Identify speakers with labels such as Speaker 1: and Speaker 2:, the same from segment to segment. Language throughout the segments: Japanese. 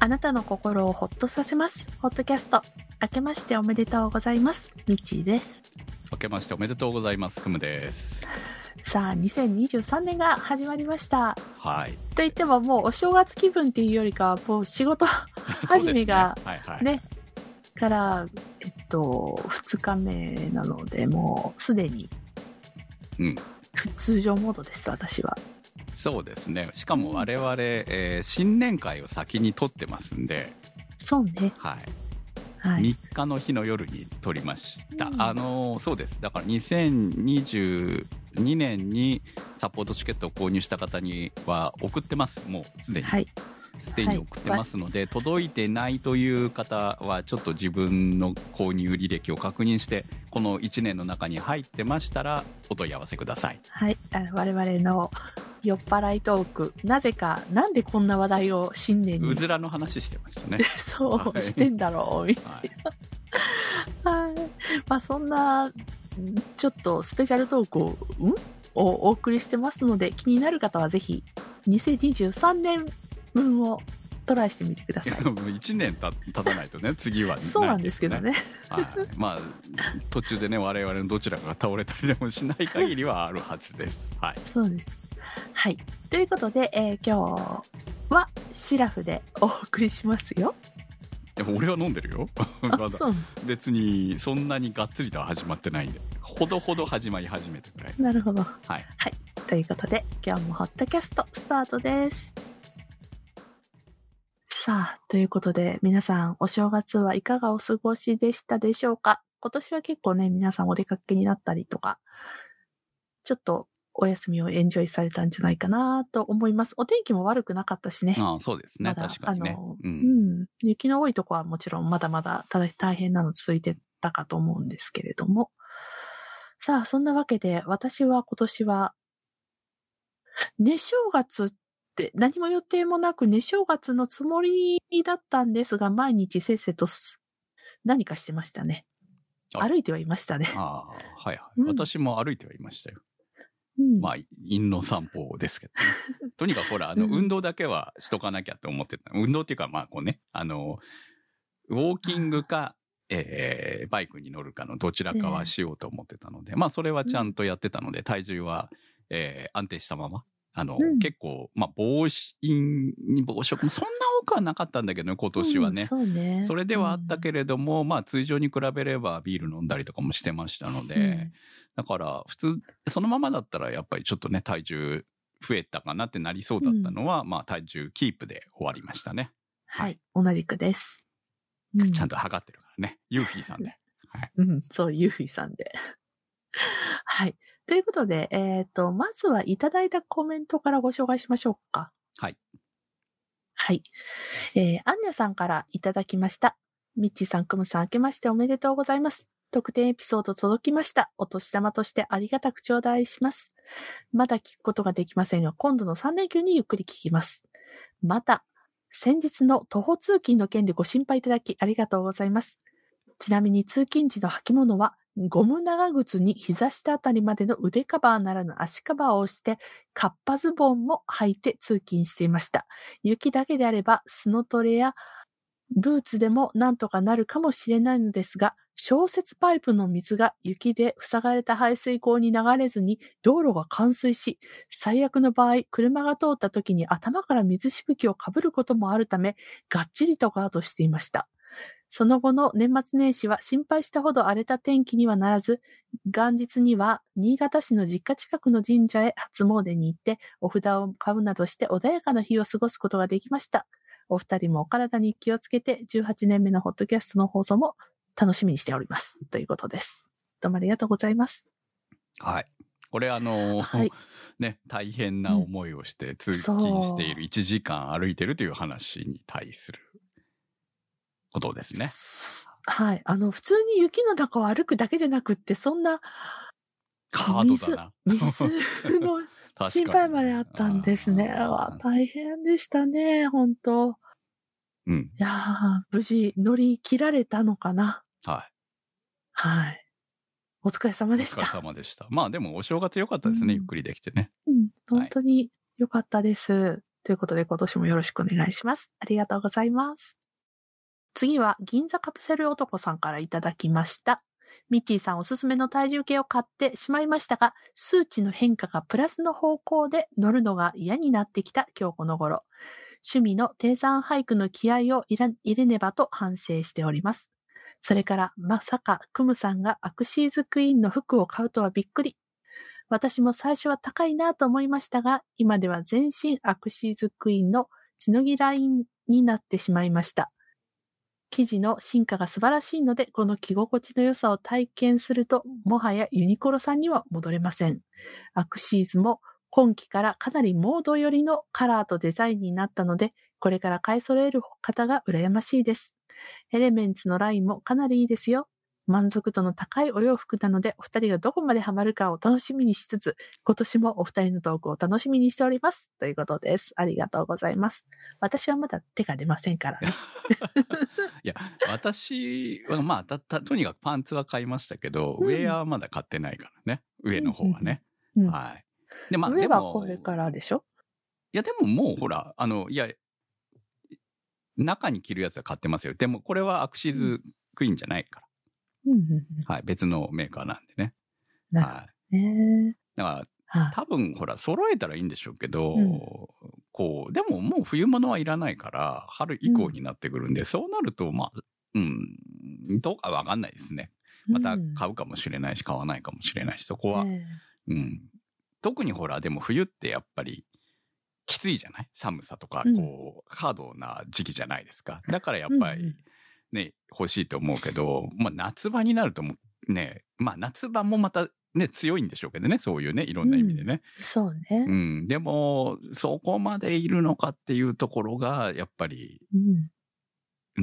Speaker 1: あなたの心をほっとさせます。ホットキャスト。明けましておめでとうございます。みっちーです。
Speaker 2: 明けましておめでとうございます。くむです。
Speaker 1: さあ、2023年が始まりました。
Speaker 2: はい。
Speaker 1: といってももうお正月気分っていうよりかは、もう仕 事始めが
Speaker 2: そうですねはいはい。
Speaker 1: ね、から、えっと、2日目なので、もうすでに
Speaker 2: うん。
Speaker 1: 普通常モードです、私は。
Speaker 2: そうですね。しかも我々、えー新年会を先に撮ってますんで、
Speaker 1: そうね。
Speaker 2: はい。
Speaker 1: はい。
Speaker 2: 3日の日の夜に撮りました、
Speaker 1: うん
Speaker 2: あのそうですだから2022年にサポートチケットを購入した方には送ってますもうすでに
Speaker 1: はい。
Speaker 2: すで、に送ってますので、届いてないという方はちょっと自分の購入履歴を確認してこの1年の中に入ってましたらお問い合わせください
Speaker 1: はい、あの我々の酔っ払いトーク、なぜか、なんでこんな話題を新年
Speaker 2: う
Speaker 1: に、
Speaker 2: ずらの話してましたね
Speaker 1: そう、
Speaker 2: はい
Speaker 1: してんだろう、み
Speaker 2: はい、
Speaker 1: たいな。まあ、そんな、んちょっとスペシャルトークを、んをお送りしてますので、気になる方はぜひ、2023年分をトライしてみてください。
Speaker 2: 1年た経たないとね次はない
Speaker 1: そうなんですけどね。
Speaker 2: はい、まあ途中でね我々のどちらかが倒れたりでもしない限りはあるはずです。はい、
Speaker 1: そうです。はい。ということで、えー今日はシラフでお送りしますよ。
Speaker 2: でも俺は飲んでるよ。 ま
Speaker 1: あ、
Speaker 2: だ
Speaker 1: そう
Speaker 2: 別にそんなにがっつりとは始まってないんでほどほど始まり始めてくらい。
Speaker 1: なるほど。
Speaker 2: はい、
Speaker 1: ということで今日もホットキャストスタートですさあということで皆さんお正月はいかがお過ごしでしたでしょうか今年は結構ね皆さんお出かけになったりとかちょっとお休みをエンジョイされたんじゃないかなと思いますお天気も悪くなかったしね
Speaker 2: ああ そうですね
Speaker 1: まだ
Speaker 2: 確かにね
Speaker 1: あの。
Speaker 2: う
Speaker 1: うんん雪の多いとこはもちろんまだまだ大大変なの続いてたかと思うんですけれどもさあそんなわけで私は今年は寝正月って何も予定もなく寝正月のつもりだったんですが毎日せっせとす何かしてましたね
Speaker 2: あ
Speaker 1: 歩いてはいましたね、
Speaker 2: ああはいはい、
Speaker 1: うん
Speaker 2: 私も歩いてはいましたよ。
Speaker 1: うん
Speaker 2: まあ陰の散歩ですけど ね。とにかくほらあの
Speaker 1: うん
Speaker 2: 運動だけはしとかなきゃって思ってた。運動っていうかまあこうねあのウォーキングか、えーバイクに乗るかのどちらかはしようと思ってたので、まあそれはちゃんとやってたので体重は、えー安定したまま。あの、
Speaker 1: うん
Speaker 2: 結構、まあ、暴飲、暴食もそんな多くはなかったんだけどね、今年はね。
Speaker 1: うんそうね
Speaker 2: それではあったけれども、まあ通常に比べればビール飲んだりとかもしてましたので、
Speaker 1: うん
Speaker 2: だから普通そのままだったらやっぱりちょっとね体重増えたかなってなりそうだったのは、まあ体重キープで終わりましたね、
Speaker 1: はい同じくです、うん
Speaker 2: ちゃんと測ってるからねユーフィーさんで、
Speaker 1: うん、そう、ユーフィさんで。 はい。ということで、えっ、と、まずはいただいたコメントからご紹介しましょうか。
Speaker 2: はい。
Speaker 1: はい。えー、アンニャさんからいただきました。ミッチーさん、クムさん、明けましておめでとうございます。特典エピソード届きました。お年玉としてありがたく頂戴します。まだ聞くことができませんが、今度の3連休にゆっくり聞きます。また、先日の徒歩通勤の件でご心配いただきありがとうございます。ちなみに通勤時の履物は、ゴム長靴に膝下あたりまでの腕カバーならぬ足カバーをして、カッパズボンも履いて通勤していました。雪だけであれば、スノトレやブーツでもなんとかなるかもしれないのですが、小雪パイプの水が雪で塞がれた排水溝に流れずに道路が冠水し、最悪の場合、車が通った時に頭から水しぶきをかぶることもあるため、がっちりとガードしていました。その後の年末年始は心配したほど荒れた天気にはならず、元日には新潟市の実家近くの神社へ初詣に行って、お札を買うなどして穏やかな日を過ごすことができました。お二人もお体に気をつけて、18年目のホットキャストの放送も楽しみにしております。ということです。どうもありがとうございます。
Speaker 2: はいこれあのー
Speaker 1: はい。
Speaker 2: ね大変な思いをして通勤している1時間歩いてるという話に対することですね
Speaker 1: はい。あの、普通に雪の中を歩くだけじゃなくって、そんな
Speaker 2: カードだな
Speaker 1: 水の
Speaker 2: 確かに
Speaker 1: 心配まであったんですね。
Speaker 2: あー
Speaker 1: わあ大変でしたね、本当
Speaker 2: うん
Speaker 1: いやー無事乗り切られたのかな。
Speaker 2: はい
Speaker 1: はい。お疲れ様でし
Speaker 2: お疲
Speaker 1: た。
Speaker 2: れ様でしたまあでもお正月良かったですね、
Speaker 1: うん
Speaker 2: ゆっくりできてね
Speaker 1: うん、本当に良かったです。ということで、今年もよろしくお願いします。ありがとうございます。次は、銀座カプセル男さんからいただきました。ミッチーさんおすすめの体重計を買ってしまいましたが、数値の変化がプラスの方向で乗るのが嫌になってきた今日この頃。趣味の低山俳句の気合をいら入れねばと反省しております。それから、まさか、クムさんがアクシーズクイーンの服を買うとはびっくり。私も最初は高いなと思いましたが、今では全身アクシーズクイーンの血のぎラインになってしまいました。生地の進化が素晴らしいので、この着心地の良さを体験すると、もはやユニコロさんには戻れません。アクシーズも今季からかなりモード寄りのカラーとデザインになったので、これから買い揃える方が羨ましいです。エレメンツのラインもかなりいいですよ。満足度の高いお洋服なので、お二人がどこまでハマるかを楽しみにしつつ、今年もお二人のトークを楽しみにしております。ということです。ありがとうございます。私はまだ手が出ませんからね。
Speaker 2: いや、私はまあ、た、た、とにかくパンツは買いましたけど、
Speaker 1: うん
Speaker 2: ウェアはまだ買ってないからね。上の方はね。
Speaker 1: うん
Speaker 2: はい。で、まあ、
Speaker 1: 上
Speaker 2: で
Speaker 1: は
Speaker 2: も、
Speaker 1: これからでしょ
Speaker 2: いや、でももうほら、あの、いや、中に着るやつは買ってますよ。でも、これはアクシーズクイーンじゃないから。
Speaker 1: うんうんうん。
Speaker 2: はい。別のメーカーなんでね。
Speaker 1: なるほ
Speaker 2: はい。
Speaker 1: どね。
Speaker 2: だから、
Speaker 1: はい
Speaker 2: 多分ほら揃えたらいいんでしょうけど、
Speaker 1: うん
Speaker 2: こうでももう冬物はいらないから春以降になってくるんで、そうなるとまあうんどうかわかんないですねまた買うかもしれないし、買わないかもしれないしそこは、
Speaker 1: うんえ
Speaker 2: うん特にほらでも冬ってやっぱりきついじゃない寒さとか
Speaker 1: うん
Speaker 2: こう過度な時期じゃないですかだからやっ
Speaker 1: え
Speaker 2: ぱり、ね、欲しいと思うけど、まあ夏場になるともうね、まあ夏場もまたね、強いんでしょうけどね、そういうね、いろんな意味でね。
Speaker 1: そう
Speaker 2: う
Speaker 1: ね。
Speaker 2: ん。でも、そこまでいるのかっていうところが、やっぱり、
Speaker 1: うん。。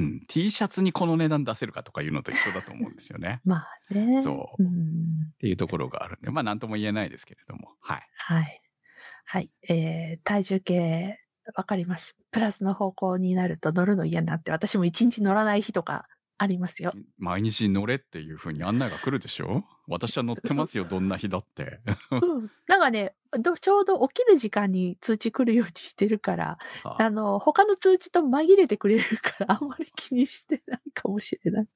Speaker 2: うん、T シャツにこの値段出せるかとかいうのと一緒だと思うんですよね
Speaker 1: まあ ね。
Speaker 2: そう。っ
Speaker 1: うん。
Speaker 2: ていうところがあるんで、まあなんとも言えないですけれども、はい。
Speaker 1: はい。はい。えー、体重計、わかります。プラスの方向になると乗るの嫌になって、私も一日乗らない日とかありますよ。
Speaker 2: 毎日乗れっていうふうに案内が来るでしょ私は乗ってますよ、どんな日 だって。
Speaker 1: うん。なんかね、どちょうど起きる時間に通知来るようにしてるから、あの、他の通知と紛れてくれるから、あ んまり気にしてないかもしれない。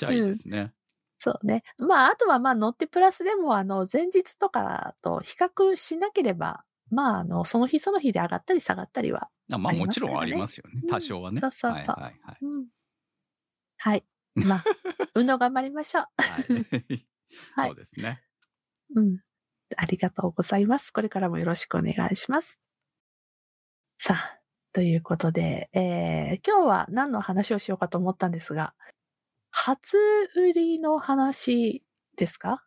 Speaker 2: じゃあいいですね。
Speaker 1: そうね。まあ、あとはまあ乗ってプラスでも、あの、前日とかと比較しなければ、まあ、あの、その日その日で上がったり下がったりは。
Speaker 2: あま
Speaker 1: あ
Speaker 2: あ
Speaker 1: り
Speaker 2: も
Speaker 1: ます
Speaker 2: ちろん
Speaker 1: からね
Speaker 2: ありますよね。
Speaker 1: うん
Speaker 2: 多少はね。
Speaker 1: そうそうそう
Speaker 2: はいはいはい。
Speaker 1: うん。はい。まあ、運動頑張りましょう。
Speaker 2: はい。
Speaker 1: はい
Speaker 2: そうですね。
Speaker 1: うん。ありがとうございます。これからもよろしくお願いします。さあ、ということで、えー今日は何の話をしようかと思ったんですが、初売りの話ですか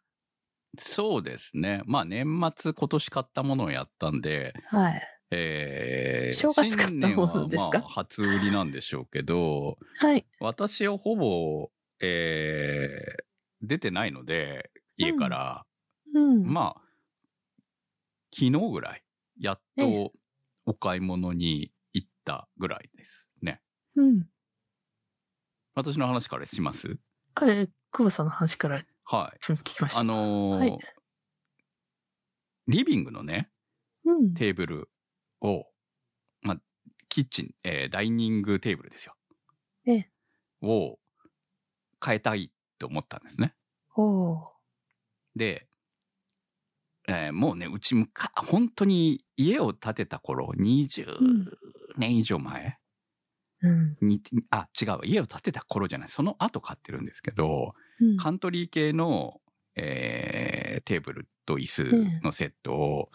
Speaker 2: そうですね。まあ年末今年買ったものをやったんで、
Speaker 1: はい。
Speaker 2: えー、
Speaker 1: 正月買ったものですか
Speaker 2: 新年はまあ初売りなんでしょうけど、
Speaker 1: はい。
Speaker 2: 私はほぼ、えー、出てないので、家から、
Speaker 1: うん。
Speaker 2: まあ、昨日ぐらい、やっ
Speaker 1: え
Speaker 2: とお買い物に行ったぐらいですね。
Speaker 1: うん。
Speaker 2: 私の話からします
Speaker 1: えー、久保さんの話から
Speaker 2: はい。
Speaker 1: 聞きました。
Speaker 2: あのー
Speaker 1: はい
Speaker 2: リビングのね、
Speaker 1: うん。
Speaker 2: テーブルを、まあ、キッチン、えーダイニングテーブルですよ。
Speaker 1: ええ
Speaker 2: を変えたいと思ったんですね。
Speaker 1: おー
Speaker 2: で、えーもうね、うちむか、本当に家を建てた頃、20
Speaker 1: うん
Speaker 2: 年以上前、
Speaker 1: うん。
Speaker 2: にあ、違うわ、家を建てた頃じゃない、その後買ってるんですけど、
Speaker 1: うん。
Speaker 2: カントリー系の、えーテーブルと椅子のセットを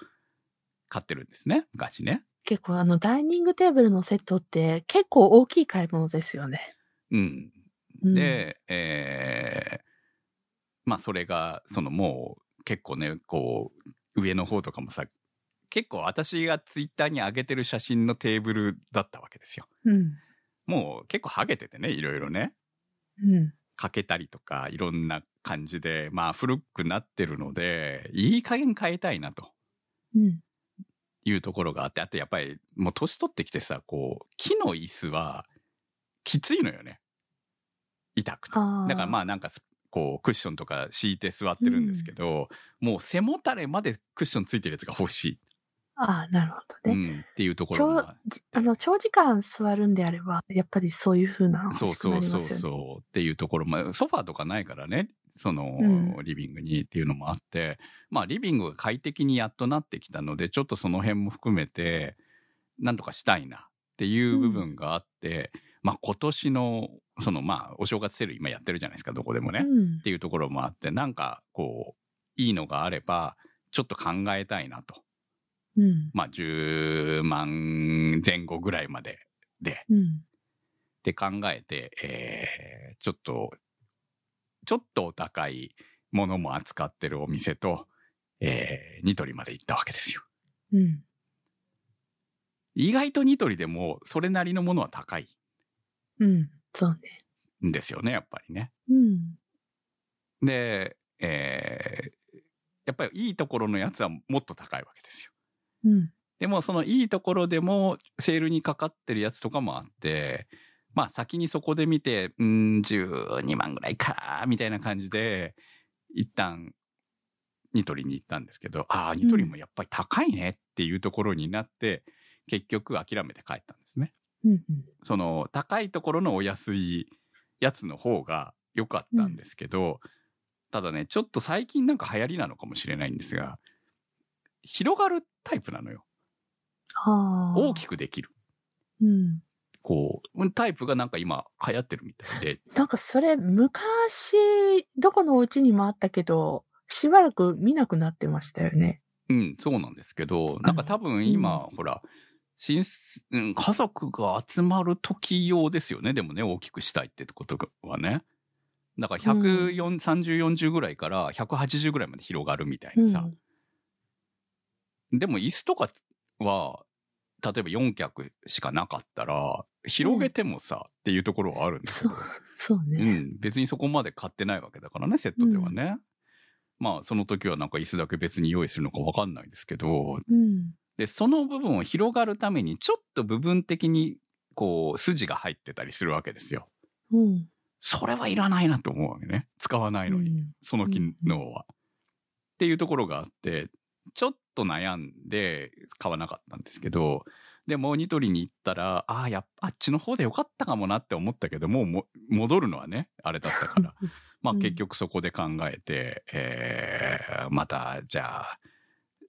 Speaker 2: 買ってるんですね、昔ね。
Speaker 1: 結構あの、ダイニングテーブルのセットって結構大きい買い物ですよね。
Speaker 2: うん。
Speaker 1: うん、
Speaker 2: で、えーまあそれが、そのもう結構ね、こう、上の方とかもさ、結構私がツイッターに上げてる写真のテーブルだったわけですよ。
Speaker 1: うん。
Speaker 2: もう結構ハゲててね、いろいろね、
Speaker 1: うん。
Speaker 2: かけたりとか、いろんな感じで、まあ古くなってるので、いい加減変えたいなと。
Speaker 1: うん。
Speaker 2: いうところがあって、あとやっぱりもう年取ってきてさ、こう、木の椅子はきついのよね。痛くて。
Speaker 1: あー
Speaker 2: だからまあなんかす、こう、クッションとか敷いて座ってるんですけど、もう背もたれまでクッションついてるやつが欲しい。
Speaker 1: ああ、なるほど
Speaker 2: う
Speaker 1: ね。
Speaker 2: ん、っていうところもあ
Speaker 1: じあの、長時間座るんであれば、やっぱりそういうふうなの
Speaker 2: そう
Speaker 1: 欲しく
Speaker 2: そ
Speaker 1: な
Speaker 2: う
Speaker 1: り
Speaker 2: そ
Speaker 1: ま
Speaker 2: う
Speaker 1: すよね。
Speaker 2: そうっていうところもソファーとかないからねその、
Speaker 1: うん
Speaker 2: リビングにっていうのもあってまあリビングが快適にやっとなってきたのでちょっとその辺も含めてなんとかしたいなっていう部分があって、まあ今年のそのまあお正月セール今やってるじゃないですかどこでもね、っ
Speaker 1: うん
Speaker 2: ていうところもあってなんかこういいのがあればちょっと考えたいなと
Speaker 1: うん。
Speaker 2: まあ10万前後ぐらいまでで
Speaker 1: うん。
Speaker 2: って考えて、えーちょっと、ちょっとお高いものも扱ってるお店と、えーニトリまで行ったわけですよ。
Speaker 1: うん。
Speaker 2: 意外とニトリでもそれなりのものは高い
Speaker 1: うん。そうね。
Speaker 2: んですよね、やっぱりね。
Speaker 1: うん。
Speaker 2: で、えーやっぱりいいところのやつはもっと高いわけですよ。
Speaker 1: うん。
Speaker 2: でもそのいいところでもセールにかかってるやつとかもあって、まあ先にそこで見て、うん、12万ぐらいか、みたいな感じで、一旦、ニトリに行ったんですけど、ああ、ニトリもやっぱり高いねっていうところになって、結局諦めて帰ったんですね。
Speaker 1: うん。
Speaker 2: その高いところのお安いやつの方が良かったんですけど、ただね、ちょっと最近なんか流行りなのかもしれないんですが、広がるタイプなのよ。
Speaker 1: ああ。
Speaker 2: 大きくできる。
Speaker 1: うん。
Speaker 2: こう、タイプがなんか今流行ってるみたい で。
Speaker 1: なんかそれ、昔、どこのお家にもあったけど、しばらく見なくなってましたよね。。
Speaker 2: うん、そうなんですけど、なんか多分今、ほら、親すうん、家族が集まる時用ですよね。でもね、大きくしたいってことはね。だから140、30、40ぐらいから180ぐらいまで広がるみたいうなんさ。でも椅子とかは、例えば4脚しかなかったら、広げてもさ、っていうところはあるんです
Speaker 1: そ
Speaker 2: よ
Speaker 1: う。、そう
Speaker 2: う
Speaker 1: ね。
Speaker 2: ん、別にそこまで買ってないわけだからね、セットではね。まあ、その時はなんか椅子だけ別に用意するのかわかんないですけど、
Speaker 1: うん。
Speaker 2: で、その部分を広がるために、ちょっと部分的に、こう、筋が入ってたりするわけですよ。
Speaker 1: うん。
Speaker 2: それはいらないなと思うわけね。使わないのに、
Speaker 1: うん
Speaker 2: その機能は。っていうところがあって、ちょっと悩んで買わなかったんですけど、でも、ニトリに行ったら、ああ、やっぱあっちの方でよかったかもなって思ったけど、もうも戻るのはね、あれだった から。まあ
Speaker 1: うん
Speaker 2: 結局そこで考えて、えーまたじゃあ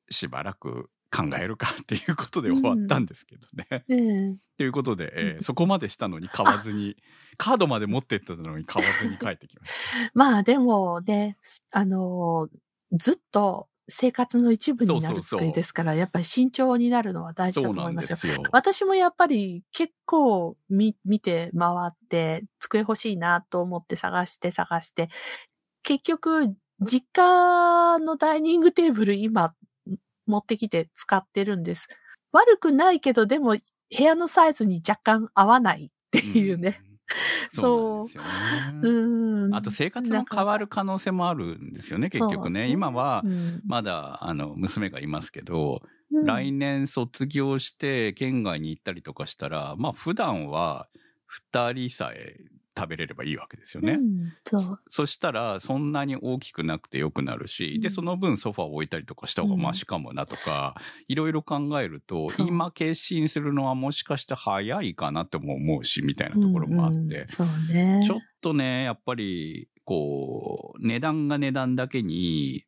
Speaker 2: しばらく考えるかっていうことで終わったんですけどね。
Speaker 1: ええ。
Speaker 2: ということで、えー
Speaker 1: うん
Speaker 2: そこまでしたのに買わず に、カードまで持ってったのに買わずに帰ってきました。
Speaker 1: まあでもね、あのーずっと生活の一部にな
Speaker 2: そ
Speaker 1: る
Speaker 2: うそうそう
Speaker 1: 作りですから、やっぱり慎重になるのは大事だ
Speaker 2: そ
Speaker 1: と思
Speaker 2: うないん
Speaker 1: ま
Speaker 2: です
Speaker 1: よ。
Speaker 2: すよ。
Speaker 1: 私もやっぱり結構見見て回って、机欲しいなと思って探して探して、結局、実家のダイニングテーブル今持ってきて使ってるんです。悪くないけど、でも部屋のサイズに若干合わないっていうね。
Speaker 2: うん。そうなん
Speaker 1: そう
Speaker 2: です。よね。
Speaker 1: うん。
Speaker 2: あと生活も変わる可能性もあるんですよね、結局
Speaker 1: そう
Speaker 2: ね。
Speaker 1: ね
Speaker 2: 今は
Speaker 1: う、ん、
Speaker 2: まだ、あの、娘がいますけど、
Speaker 1: うん
Speaker 2: 来年卒業して県外に行ったりとかしたら、まあ普段は2人さえ食べれればいいわけですよね。
Speaker 1: うん、そう。
Speaker 2: そしたらそんなに大きくなくてよくなるし、で、
Speaker 1: うん
Speaker 2: その分ソファーを置いたりとかした方が
Speaker 1: うん
Speaker 2: マシかもなとか、いろいろ考えると、
Speaker 1: そう
Speaker 2: 今決心するのはもしかして早いかなとも思うし、みたいなところもあって、
Speaker 1: うんうんそうね。
Speaker 2: ちょっとね、やっぱり、こう、値段が値段だけに、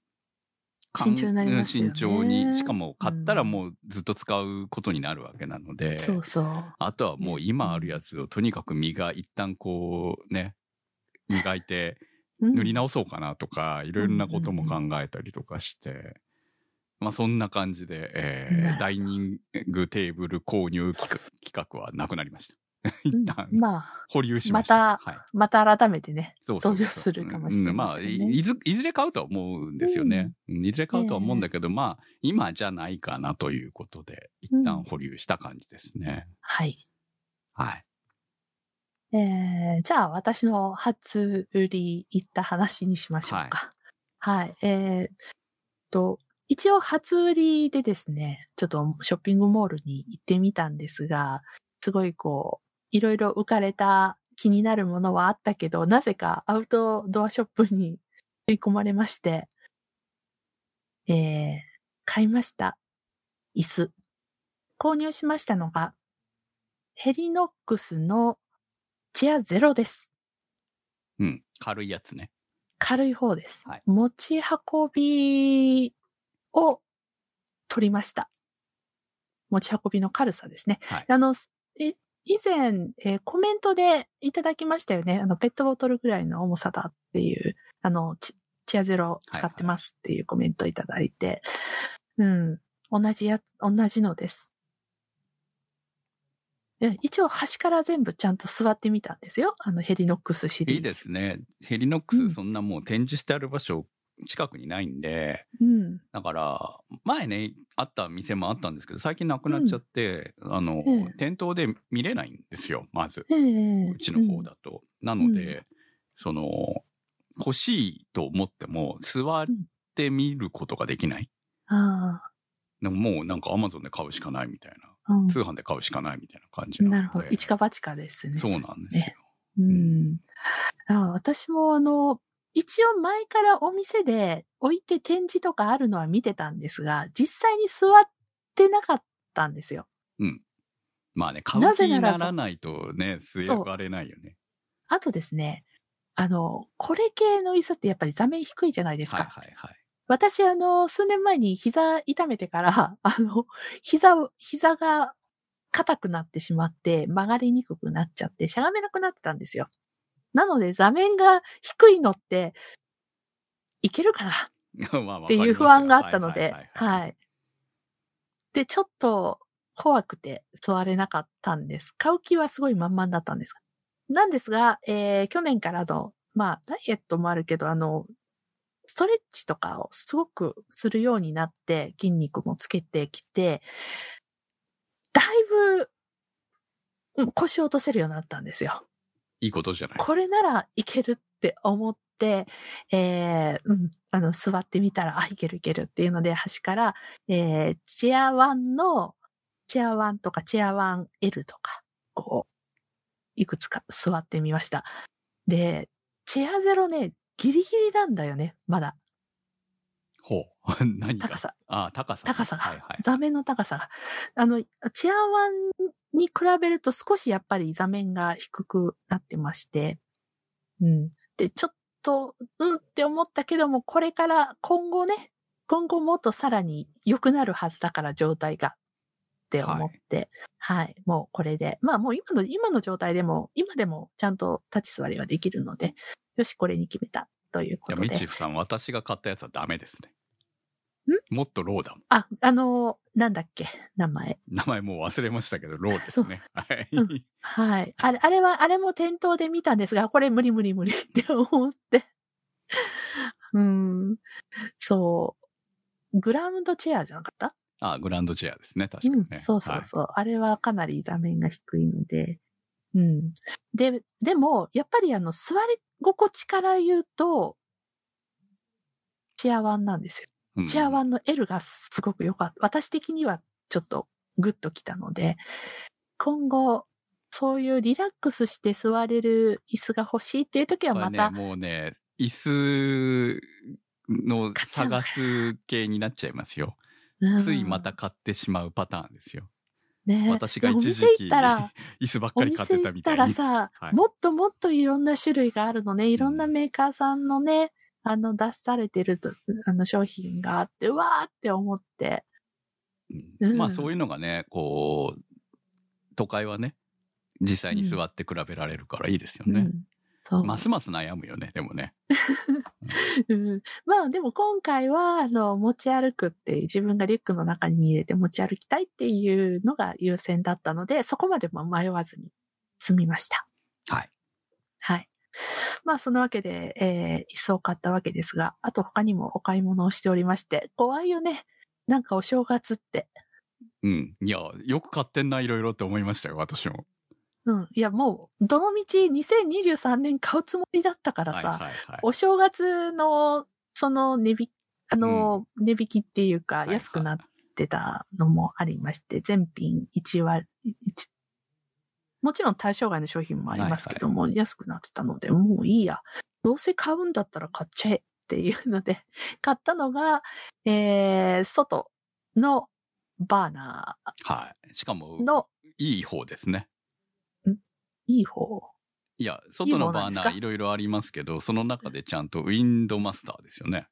Speaker 2: かん
Speaker 1: 慎重になりますよね
Speaker 2: うん慎重に。しかも買ったらもうずっと使うことになるわけなので、
Speaker 1: そうそう。
Speaker 2: あとはもう今あるやつをとにかく磨、一旦こうね、磨 いて
Speaker 1: うん
Speaker 2: 塗り直そうかなとか、いろいろなことも考えたりとかして、まあそんな感じで、えー
Speaker 1: なるほど
Speaker 2: ダイニングテーブル購入企画企画はなくなりました。 一旦
Speaker 1: うんまあ、
Speaker 2: 保留しました。
Speaker 1: また
Speaker 2: はい
Speaker 1: また改めてね。
Speaker 2: そうそうそ
Speaker 1: 登
Speaker 2: う
Speaker 1: 場するかもしれませんね
Speaker 2: うんまあいいず、いずれ買うとは思うんですよね。うんいずれ買うとは思うんだけど、まあ、今じゃないかなということで、一
Speaker 1: う
Speaker 2: 旦
Speaker 1: ん
Speaker 2: 保留した感じですね。
Speaker 1: はい。
Speaker 2: はい。
Speaker 1: えー、じゃあ私の初売り行った話にしましょうか。はい。えー、と、一応初売りでですね、ちょっとショッピングモールに行ってみたんですが、すごいこう、いろいろ浮かれた気になるものはあったけど、なぜかアウトドアショップに吸い込まれまして、えー、買いました。椅子。購入しましたのが、ヘリノックスのチェアゼロです。
Speaker 2: うん。軽いやつね。
Speaker 1: 軽い方です。
Speaker 2: はい
Speaker 1: 持ち運びを取りました。持ち運びの軽さですね。
Speaker 2: はい
Speaker 1: あの、すい以前、えーコメントでいただきましたよね。あの、ペットボトルぐらいの重さだっていう、あの、チチアゼロ使ってますっていうコメントいただいて、うん、同じや、同じのです。え一応端から全部ちゃんと座ってみたんですよ。あの、ヘリノックスシリーズ。
Speaker 2: いいですね。ヘリノック
Speaker 1: うん
Speaker 2: ス、そんなもう展示してある場所、近くにないんで、
Speaker 1: うん。
Speaker 2: だから、前ね、あった店もあったんですけど、最近なくなっちゃって、あの、
Speaker 1: ええ
Speaker 2: 店頭で見れないんですよ、まず。
Speaker 1: ええ
Speaker 2: うちの方だと。なので、その、欲しいと思っても、座って見ることができない。
Speaker 1: うんあ
Speaker 2: でももうなんかアマゾンで買うしかないみたいな。
Speaker 1: あ、うん
Speaker 2: 通販で買うしかないみたいな感じ
Speaker 1: な
Speaker 2: な
Speaker 1: るほ
Speaker 2: の
Speaker 1: ど。
Speaker 2: で。
Speaker 1: 一か八かですね。
Speaker 2: そうなんですよ。
Speaker 1: ねうん。あ私もあの、一応前からお店で置いて展示とかあるのは見てたんですが、実際に座ってなかったんですよ。
Speaker 2: まあね、買
Speaker 1: な
Speaker 2: う気
Speaker 1: ぜな
Speaker 2: に
Speaker 1: ら
Speaker 2: ならないとね、
Speaker 1: そう
Speaker 2: 据えられないよね。
Speaker 1: あとですね、あの、これ系の椅子ってやっぱり座面低いじゃないですか。
Speaker 2: はいはいはい。
Speaker 1: 私、あの、数年前に膝痛めてから、 あの、膝を、膝が硬くなってしまって、曲がりにくくなっちゃって、しゃがめなくなってたんですよ。なので、座面が低いのって、いけるかな っていう不安があったので、はい。で、ちょっと怖くて座れなかったんです。買う気はすごい満々だったんです。なんですが、えー去年からの、まあ、ダイエットもあるけど、あの、ストレッチとかをすごくするようになって、筋肉もつけてきて、だいぶうん腰を落とせるようになったんですよ。
Speaker 2: いいことじゃない。
Speaker 1: これならいけるって思って、えーうん、あの、座ってみたら、あ、いけるいけるっていうので、端から、えーチェアワンの、チェアワンとかチェアワン L とか、こう、いくつか座ってみました。で、チェアゼロね、ギリギリなんだよね、まだ。
Speaker 2: ほう。 何が
Speaker 1: 高さ、
Speaker 2: ああ、高さね、
Speaker 1: 高さが、
Speaker 2: はいはい。
Speaker 1: 座面の高さが。あの、チェアワンに比べると少しやっぱり座面が低くなってまして、うん。で、ちょっと、うんって思ったけども、これから今後ね、今後もっとさらに良くなるはずだから、状態が。って思って、はい、もうこれで。まあもう今の、今の状態でも、今でもちゃんと立ち座りはできるので、よし、これに決めた。というこ
Speaker 2: いや、
Speaker 1: とで
Speaker 2: み。ちふさん、私が買ったやつはダメですね。もっとローだもん。
Speaker 1: あ、あのーなんだっけ、名前。
Speaker 2: 名前もう忘れましたけど、ローですね。はい。
Speaker 1: うはい。あれ、あれは、あれも店頭で見たんですが、これ無理無理無理って思って。 うん。そう。グラウンドチェアじゃなかった
Speaker 2: ああ、グランドチェアですね。確かにね。
Speaker 1: うん、そうそう
Speaker 2: はい
Speaker 1: そう。あれはかなり座面が低いので。うん。で、でも、やっぱりあの、座り心地から言うと、チェアワンなんですよ。
Speaker 2: うん
Speaker 1: チェアワンの L がすごく良かった。私的にはちょっとグッときたので、今後、そういうリラックスして座れる椅子が欲しいっていう時は
Speaker 2: これ
Speaker 1: ま
Speaker 2: ね
Speaker 1: た、
Speaker 2: もうね、椅子の探す系になっちゃいますよ。
Speaker 1: うん
Speaker 2: ついまた、買ってしまうパターンですよ。
Speaker 1: ね
Speaker 2: 私が
Speaker 1: いや
Speaker 2: 一時
Speaker 1: お店行
Speaker 2: 期
Speaker 1: ったら、
Speaker 2: 椅子ばっ
Speaker 1: お
Speaker 2: かり買っ
Speaker 1: 店
Speaker 2: て
Speaker 1: 行
Speaker 2: た
Speaker 1: っ
Speaker 2: みた
Speaker 1: た
Speaker 2: い
Speaker 1: ら
Speaker 2: に。
Speaker 1: さ、
Speaker 2: はい
Speaker 1: もっともっといろんな種類があるのね。いろんなメーカーさんのね、あの、出されてると、あの、商品があって、うわーって思って。
Speaker 2: うん
Speaker 1: うん
Speaker 2: まあそういうのがね、こう、都会はね、実際に座って比べられるからいいですよ
Speaker 1: う
Speaker 2: ね。
Speaker 1: ん。そう。
Speaker 2: ますます悩むよね、でもね。
Speaker 1: うんまあでも今回は、あの、持ち歩くっていう、自分がリュックの中に入れて持ち歩きたいっていうのが優先だったので、そこまでも迷わずに済みました。
Speaker 2: はい。
Speaker 1: はい。まあそのわけで、えー、椅子を買ったわけですが、あと他にもお買い物をしておりまして、怖いよね。なんかお正月って。
Speaker 2: うん。いや、よく買ってんな、いろいろって思いましたよ、私も。
Speaker 1: うん。いやもう、どのみち2023年買うつもりだったから
Speaker 2: はい
Speaker 1: さ、
Speaker 2: はいはい。
Speaker 1: お正月の、その値引き、あの、値引きっていうか、
Speaker 2: はいはい
Speaker 1: 安くなってたのもありまして、全品1割、一もちろん対象外の商品もありますけども、安くなってたので、もういいや。どうせ買うんだったら買っちゃえ っていうので、買ったのが、えー、外のバーナ
Speaker 2: はい。しかも
Speaker 1: ー、の
Speaker 2: いい方ですね。
Speaker 1: いい方。
Speaker 2: いや、外のバー
Speaker 1: いい方なんです
Speaker 2: ナ
Speaker 1: か
Speaker 2: ーいろいろありますけど、その中でちゃんとウィンドマスターですよね。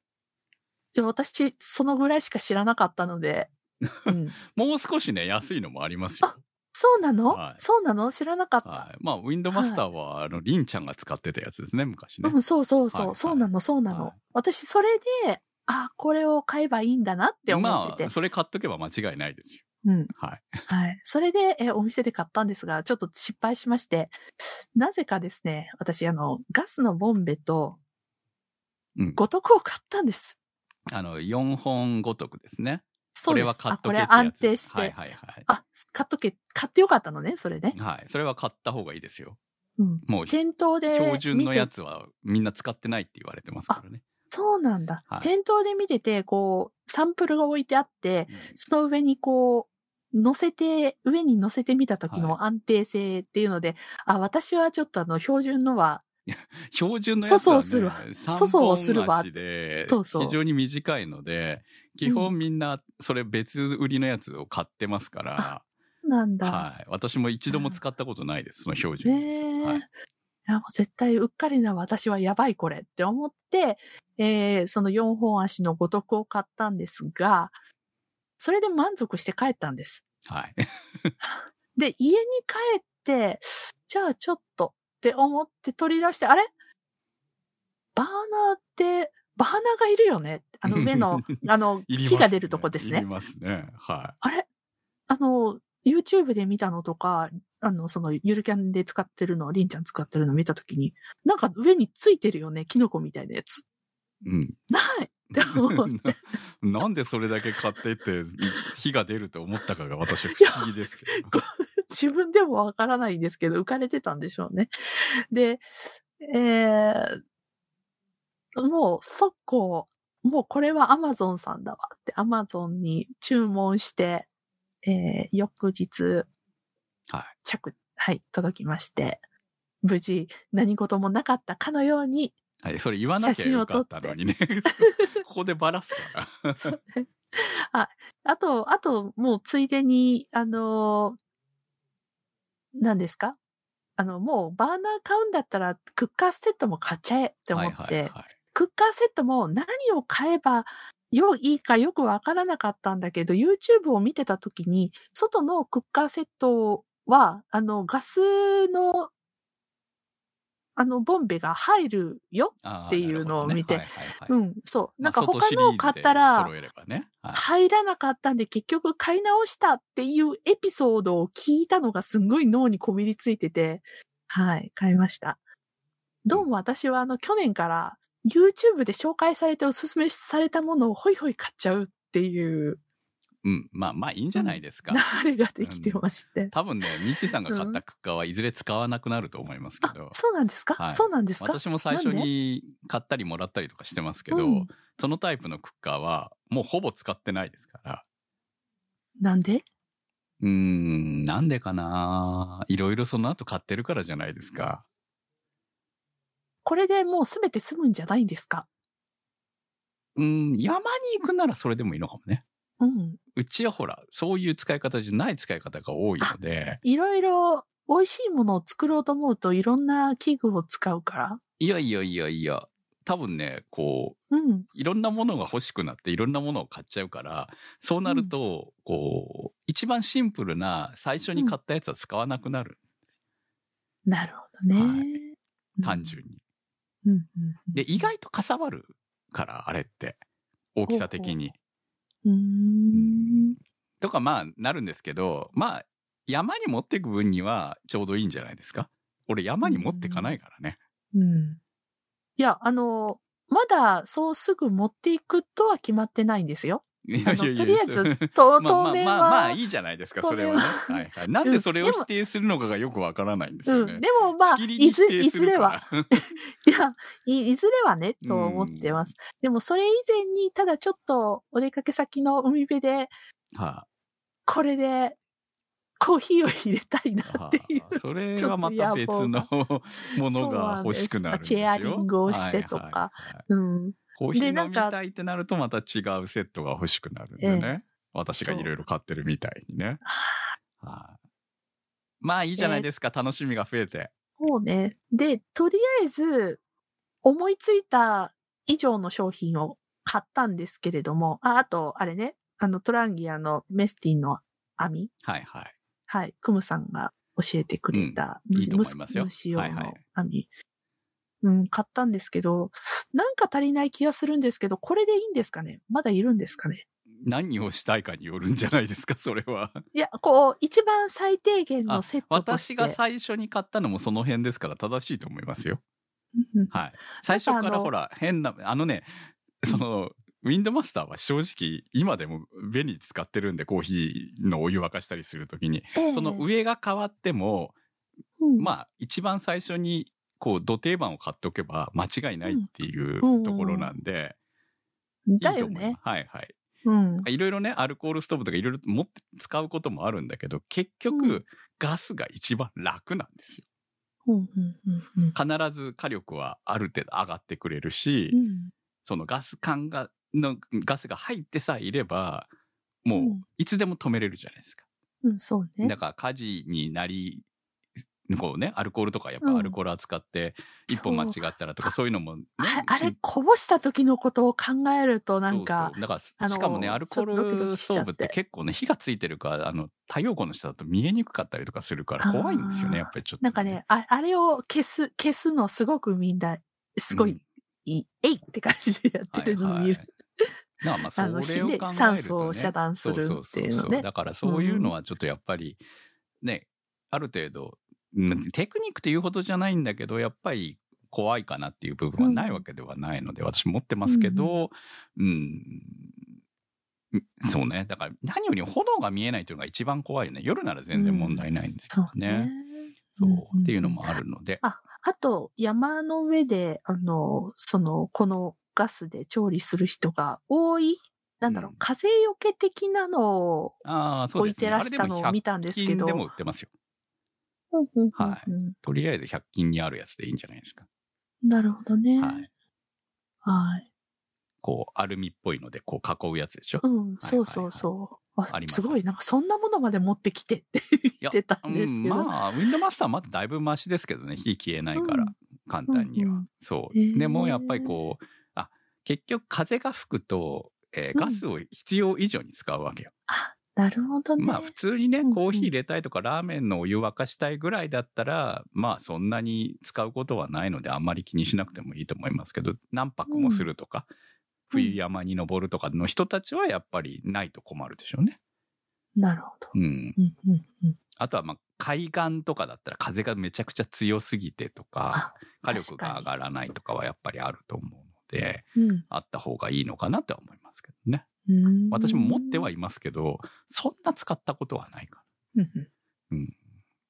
Speaker 1: いや、私、そのぐらいしか知らなかったので。 うん、
Speaker 2: もう少しね、安いのもありますよ。
Speaker 1: そうなの、
Speaker 2: はい
Speaker 1: そうなの知らなかった。
Speaker 2: はい。まあ、ウィンドマスターは、あの、リンちゃんが使ってたやつですね、昔ね。
Speaker 1: うん、そうそうそう、
Speaker 2: はいはい
Speaker 1: そうなの、そうなの。
Speaker 2: はい
Speaker 1: 私、それで、あ、これを買えばいいんだなって思ってて。
Speaker 2: まあ、それ買っとけば間違いないですよ。
Speaker 1: うん。
Speaker 2: はい。
Speaker 1: はい。それで、え、お店で買ったんですが、ちょっと失敗しまして、なぜかですね、私、あの、ガスのボンベと、
Speaker 2: うん
Speaker 1: 五徳を買ったんです。
Speaker 2: あの、4本ごとくですね。
Speaker 1: そ
Speaker 2: こ
Speaker 1: うです。
Speaker 2: れは買っ
Speaker 1: あ、こと
Speaker 2: け
Speaker 1: れ
Speaker 2: ってやつ
Speaker 1: 安定して、
Speaker 2: はいはいはい。
Speaker 1: あ、買っとけ、買ってよかったのね、それね。
Speaker 2: はい。それは買った方がいいですよ。
Speaker 1: うん。
Speaker 2: もう、
Speaker 1: 店頭で見て
Speaker 2: 標準のやつはみんな使ってないって言われてますからね。
Speaker 1: そうなんだ。
Speaker 2: はい
Speaker 1: 店頭で見てて、こう、サンプルが置いてあって、
Speaker 2: うん
Speaker 1: その上にこう、乗せて、上に乗せてみた時の安定性っていうので、あ、私はちょっとあの、標準のは、
Speaker 2: 標準のやつ
Speaker 1: 粗相
Speaker 2: は、ね、
Speaker 1: するわ粗
Speaker 2: 3
Speaker 1: 相を
Speaker 2: 本
Speaker 1: するわ
Speaker 2: 足で
Speaker 1: そうそう
Speaker 2: 非常に短いので、基本みんなそれ別売りのやつを買ってますから、
Speaker 1: なんだ。
Speaker 2: はい。私も一度も使ったことないです、その標準のやつ。
Speaker 1: ねえ、
Speaker 2: はい
Speaker 1: い、やもう絶対うっかりな私はやばいこれって思って、えーその4本足の五徳を買ったんですが、それで満足して帰ったんです。
Speaker 2: はい。
Speaker 1: で、家に帰って、じゃあちょっとって思って取り出して、あれバーナーって、バーナーがいるよねあの上 の、あの、
Speaker 2: いります
Speaker 1: 火が出るとこです
Speaker 2: いり
Speaker 1: ね。
Speaker 2: ますね。は
Speaker 1: あれあの、YouTube で見たのとか、あの、その、ゆるキャンで使ってるの、りんちゃん使ってるの見たときに、なんか上についてるよねキノコみたいなやつ。
Speaker 2: い。うん。
Speaker 1: ないって思って
Speaker 2: なんでそれだけ買ってって火が出ると思ったかが私は不思議ですけど。
Speaker 1: 自分でもわからないんですけど、浮かれてたんでしょうね。で、えー、もう速攻、もうこれは Amazon さんだわって Amazon に注文して、えー、翌日、
Speaker 2: は
Speaker 1: 着、はい、届きまして、無事何事もなかったかのように、
Speaker 2: い。はい、それ言わなきゃよかったのにね。 ここでバラす から。
Speaker 1: そうねあ、あと、あと、もうついでに、あのー何ですかあの、もうバーナー買うんだったら、クッカーセットも買っちゃえって思って、
Speaker 2: はいはいはい。
Speaker 1: クッカーセットも何を買えばよ、いいかよくわからなかったんだけど、YouTube を見てた時に、外のクッカーセットは、あの、ガスの、あの、ボンベが入るよ。
Speaker 2: っ
Speaker 1: っていうのを見て
Speaker 2: ん。
Speaker 1: うん、そう。なんか
Speaker 2: まあ
Speaker 1: 他のを買ったら、
Speaker 2: 外シリーズで揃えればね。はい
Speaker 1: 入らなかったんで結局買い直したっていうエピソードを聞いたのがすんごい脳にこびりついてて、はい、買いました。どうも私はあの去年から YouTube で紹介されておすすめされたものをホイホイ買っちゃうっていう
Speaker 2: うん。まあまあいいんじゃないですか。
Speaker 1: 流れができてまして。
Speaker 2: 多分ね、みちさんが買ったクッカーはいずれ使わなくなると思いますけ
Speaker 1: あ
Speaker 2: ど、。
Speaker 1: そうなんですか、
Speaker 2: はい
Speaker 1: そうなんですか
Speaker 2: 私も最初に買ったりもらったりとかしてますけど、
Speaker 1: うん
Speaker 2: そのタイプのクッカーはもうほぼ使ってないですから。
Speaker 1: なんで
Speaker 2: うーん、なんでかないろいろその後買ってるからじゃないですか。
Speaker 1: これでもう全て済むんじゃないんですか
Speaker 2: うーん、山に行くならそれでもいいのかもね。
Speaker 1: うん。
Speaker 2: うちはほら、そういう使い方じゃない使い方が多いので、
Speaker 1: いろいろ美味しいものを作ろうと思うといろんな器具を使うから。
Speaker 2: いやいやいやいや、多分ね、こう、
Speaker 1: うん。
Speaker 2: いろんなものが欲しくなっていろんなものを買っちゃうから、そうなると、こう、一番シンプルな最初に買ったやつは使わなくなる。
Speaker 1: なるほどね。
Speaker 2: はい
Speaker 1: うん
Speaker 2: 単純に。
Speaker 1: うんうんうん
Speaker 2: で、意外とかさばるから、あれって。大きさ的に。
Speaker 1: うーん。
Speaker 2: とかまあなるんですけど、まあ山に持っていく分にはちょうどいいんじゃないですか。俺山に持ってかないからね。
Speaker 1: うん。いや、あの、まだそうすぐ持っていくとは決まってないんですよ。
Speaker 2: い
Speaker 1: あ
Speaker 2: や
Speaker 1: の
Speaker 2: いやいや。
Speaker 1: とりあえず
Speaker 2: そま、
Speaker 1: と
Speaker 2: あま
Speaker 1: 当
Speaker 2: あ
Speaker 1: 面
Speaker 2: まあまあ
Speaker 1: は。
Speaker 2: いいじゃないですか、
Speaker 1: 当
Speaker 2: それ
Speaker 1: 面
Speaker 2: は
Speaker 1: は
Speaker 2: ね。はいはい。なんでそれ
Speaker 1: で
Speaker 2: を
Speaker 1: も
Speaker 2: 否定するのかがよくわからないんです
Speaker 1: う
Speaker 2: よ
Speaker 1: ん、
Speaker 2: ね。
Speaker 1: でもまあ
Speaker 2: しきりに
Speaker 1: いず、
Speaker 2: 否
Speaker 1: い
Speaker 2: 定す
Speaker 1: ず
Speaker 2: る
Speaker 1: れ
Speaker 2: から
Speaker 1: は、。いやい、いずれはね、と思ってます。でも、それ以前に、ただちょっと、お出かけ先の海辺で、
Speaker 2: は
Speaker 1: これで、コーヒーを入れたいな
Speaker 2: あは
Speaker 1: っていう
Speaker 2: あそれはまた別
Speaker 1: ちょっ
Speaker 2: の
Speaker 1: と
Speaker 2: ものが欲しくなるんですよ。
Speaker 1: そうなんですチェアリングをしてとか
Speaker 2: はいはいはい
Speaker 1: うん。
Speaker 2: コーヒー
Speaker 1: でな
Speaker 2: 飲
Speaker 1: ん
Speaker 2: み
Speaker 1: か
Speaker 2: たいってなるとまた違うセットが欲しくなるんでね。私がいろいろ買ってるみたいにね。はいまあいいじゃないですか、楽しみが増えて。
Speaker 1: そうね。で、とりあえず、思いついた以上の商品を買ったんですけれども、あ、あと、あれね、あの、トランギアのメスティンの網、
Speaker 2: はいはい。
Speaker 1: はい、クムさんが教えてくれた、
Speaker 2: うんいいと思いますよ
Speaker 1: 虫用の
Speaker 2: はい
Speaker 1: 網、
Speaker 2: はい
Speaker 1: うん、買ったんですけど、なんか足りない気がするんですけど、これでいいんですかねまだいるんですかね
Speaker 2: 何をしたいかによるんじゃないですか、それは。
Speaker 1: いや、こう、一番最低限の
Speaker 2: あ
Speaker 1: セットとして。
Speaker 2: 私が最初に買ったのもその辺ですから正しいと思いますよ。
Speaker 1: うんうん
Speaker 2: はい。最初か
Speaker 1: あ
Speaker 2: ら
Speaker 1: の
Speaker 2: ほら、変な、あのね、その、ウィンドマスターは正直、今でも便利に使ってるんで、コーヒーのお湯沸かしたりするときに、
Speaker 1: ええ
Speaker 2: その上が変わっても、
Speaker 1: うん
Speaker 2: まあ、一番最初に、こう、土定番を買っとけば間違いないっていう
Speaker 1: うん
Speaker 2: ところなんで、い
Speaker 1: だ
Speaker 2: いと
Speaker 1: よ
Speaker 2: 思い
Speaker 1: ね
Speaker 2: ます。。はいはい。
Speaker 1: うん。
Speaker 2: いろいろね、アルコールストーブとかいろいろ持って使うこともあるんだけど、結
Speaker 1: う
Speaker 2: 局
Speaker 1: ん、
Speaker 2: ガスが一番楽なんですよ。
Speaker 1: うんうんうんうん
Speaker 2: 必ず火力はある程度上がってくれるし、
Speaker 1: うん
Speaker 2: そのガス管が、のガスが入ってさえいれば、もう
Speaker 1: うん
Speaker 2: いつでも止めれるじゃないですか。
Speaker 1: うん、そうね。
Speaker 2: だから火事になり、こうね、アルコールとかやっぱ
Speaker 1: うん
Speaker 2: アルコール扱って、一歩間違ったらとかそういうのもね、
Speaker 1: ああれ
Speaker 2: 心、
Speaker 1: こぼした時のことを考えると、なんか
Speaker 2: そう、そうだか
Speaker 1: あ
Speaker 2: ら、
Speaker 1: の
Speaker 2: しかもね、アルコー
Speaker 1: ちょっとドキド
Speaker 2: ル
Speaker 1: キし
Speaker 2: ス
Speaker 1: ち
Speaker 2: ト
Speaker 1: ゃって
Speaker 2: ーブって結構ね、火がついてるから、あの、太陽光の下だと見えにくかったりとかするから怖いんですよ
Speaker 1: あー
Speaker 2: ね、やっぱりちょっと、
Speaker 1: なんかね、ああれを消す、消すのすごくみんな、すごい、
Speaker 2: うん
Speaker 1: いいえいって感じでやってるのを見る。
Speaker 2: はいはい、だからまあそれ
Speaker 1: あの
Speaker 2: を
Speaker 1: 火
Speaker 2: 考え
Speaker 1: で
Speaker 2: ると、ね、
Speaker 1: 酸素を遮断するっていうのね
Speaker 2: そそそだからそういうのはちょっとやっぱりね、ある程度うんテクニックというほどじゃないんだけどやっぱり怖いかなっていう部分はないわけではないので、私持ってますけど、うん、そうねだから何より炎が見えないというのが一番怖いよね夜なら全然問題ないんですけ
Speaker 1: そ
Speaker 2: ど
Speaker 1: うね
Speaker 2: ね,、。そう
Speaker 1: うん
Speaker 2: っていうのもあるので、
Speaker 1: あ、あと、山の上で、あの、その、このガスで調理する人が多い、なんだろう、
Speaker 2: うん
Speaker 1: 風よけ的なのを
Speaker 2: ああそう
Speaker 1: 置
Speaker 2: で
Speaker 1: い
Speaker 2: すね
Speaker 1: てらしたのを
Speaker 2: あれ
Speaker 1: 見たんです
Speaker 2: で
Speaker 1: け
Speaker 2: も100均
Speaker 1: ど。
Speaker 2: でも売ってますよ
Speaker 1: うんうんうんうん
Speaker 2: はとりあえず100均にあるやつでいいんじゃないですか、
Speaker 1: なるほどね。
Speaker 2: はい
Speaker 1: はい。
Speaker 2: こう、アルミっぽいので、こう、囲うやつでしょ
Speaker 1: う。ん、そうそうそう。あ
Speaker 2: あります
Speaker 1: すごい、なんかそんなものまで持ってきてって言ってたんですけど。
Speaker 2: うんまあ、ウィンドマスターはまだだいぶマシですけどね、火消えないから、
Speaker 1: うん
Speaker 2: 簡単には。
Speaker 1: うんうん
Speaker 2: そう。
Speaker 1: へー
Speaker 2: でも、やっぱりこう、あ、結局、風が吹くと、えー
Speaker 1: うん
Speaker 2: ガスを必要以上に使うわけよ。
Speaker 1: あ、なるほどね。
Speaker 2: まあ、普通にね、
Speaker 1: うんうん
Speaker 2: コーヒー入れたいとか、ラーメンのお湯沸かしたいぐらいだったら、まあ、そんなに使うことはないので、あんまり気にしなくてもいいと思いますけど、何泊もするとか、
Speaker 1: うん
Speaker 2: 冬山に登るとかの人たちは、やっぱりないと困るでしょうね。
Speaker 1: なるほど。
Speaker 2: うん。
Speaker 1: うんうんうん。
Speaker 2: あとはまあ海岸とかだったら風がめちゃくちゃ強すぎてとか火力が上がらないとかはやっぱりあると思うので
Speaker 1: うん
Speaker 2: あった方がいいのかなとは思いますけどね
Speaker 1: うん。。
Speaker 2: 私も持ってはいいますけどそんな使ったことはないか
Speaker 1: うんうん
Speaker 2: うん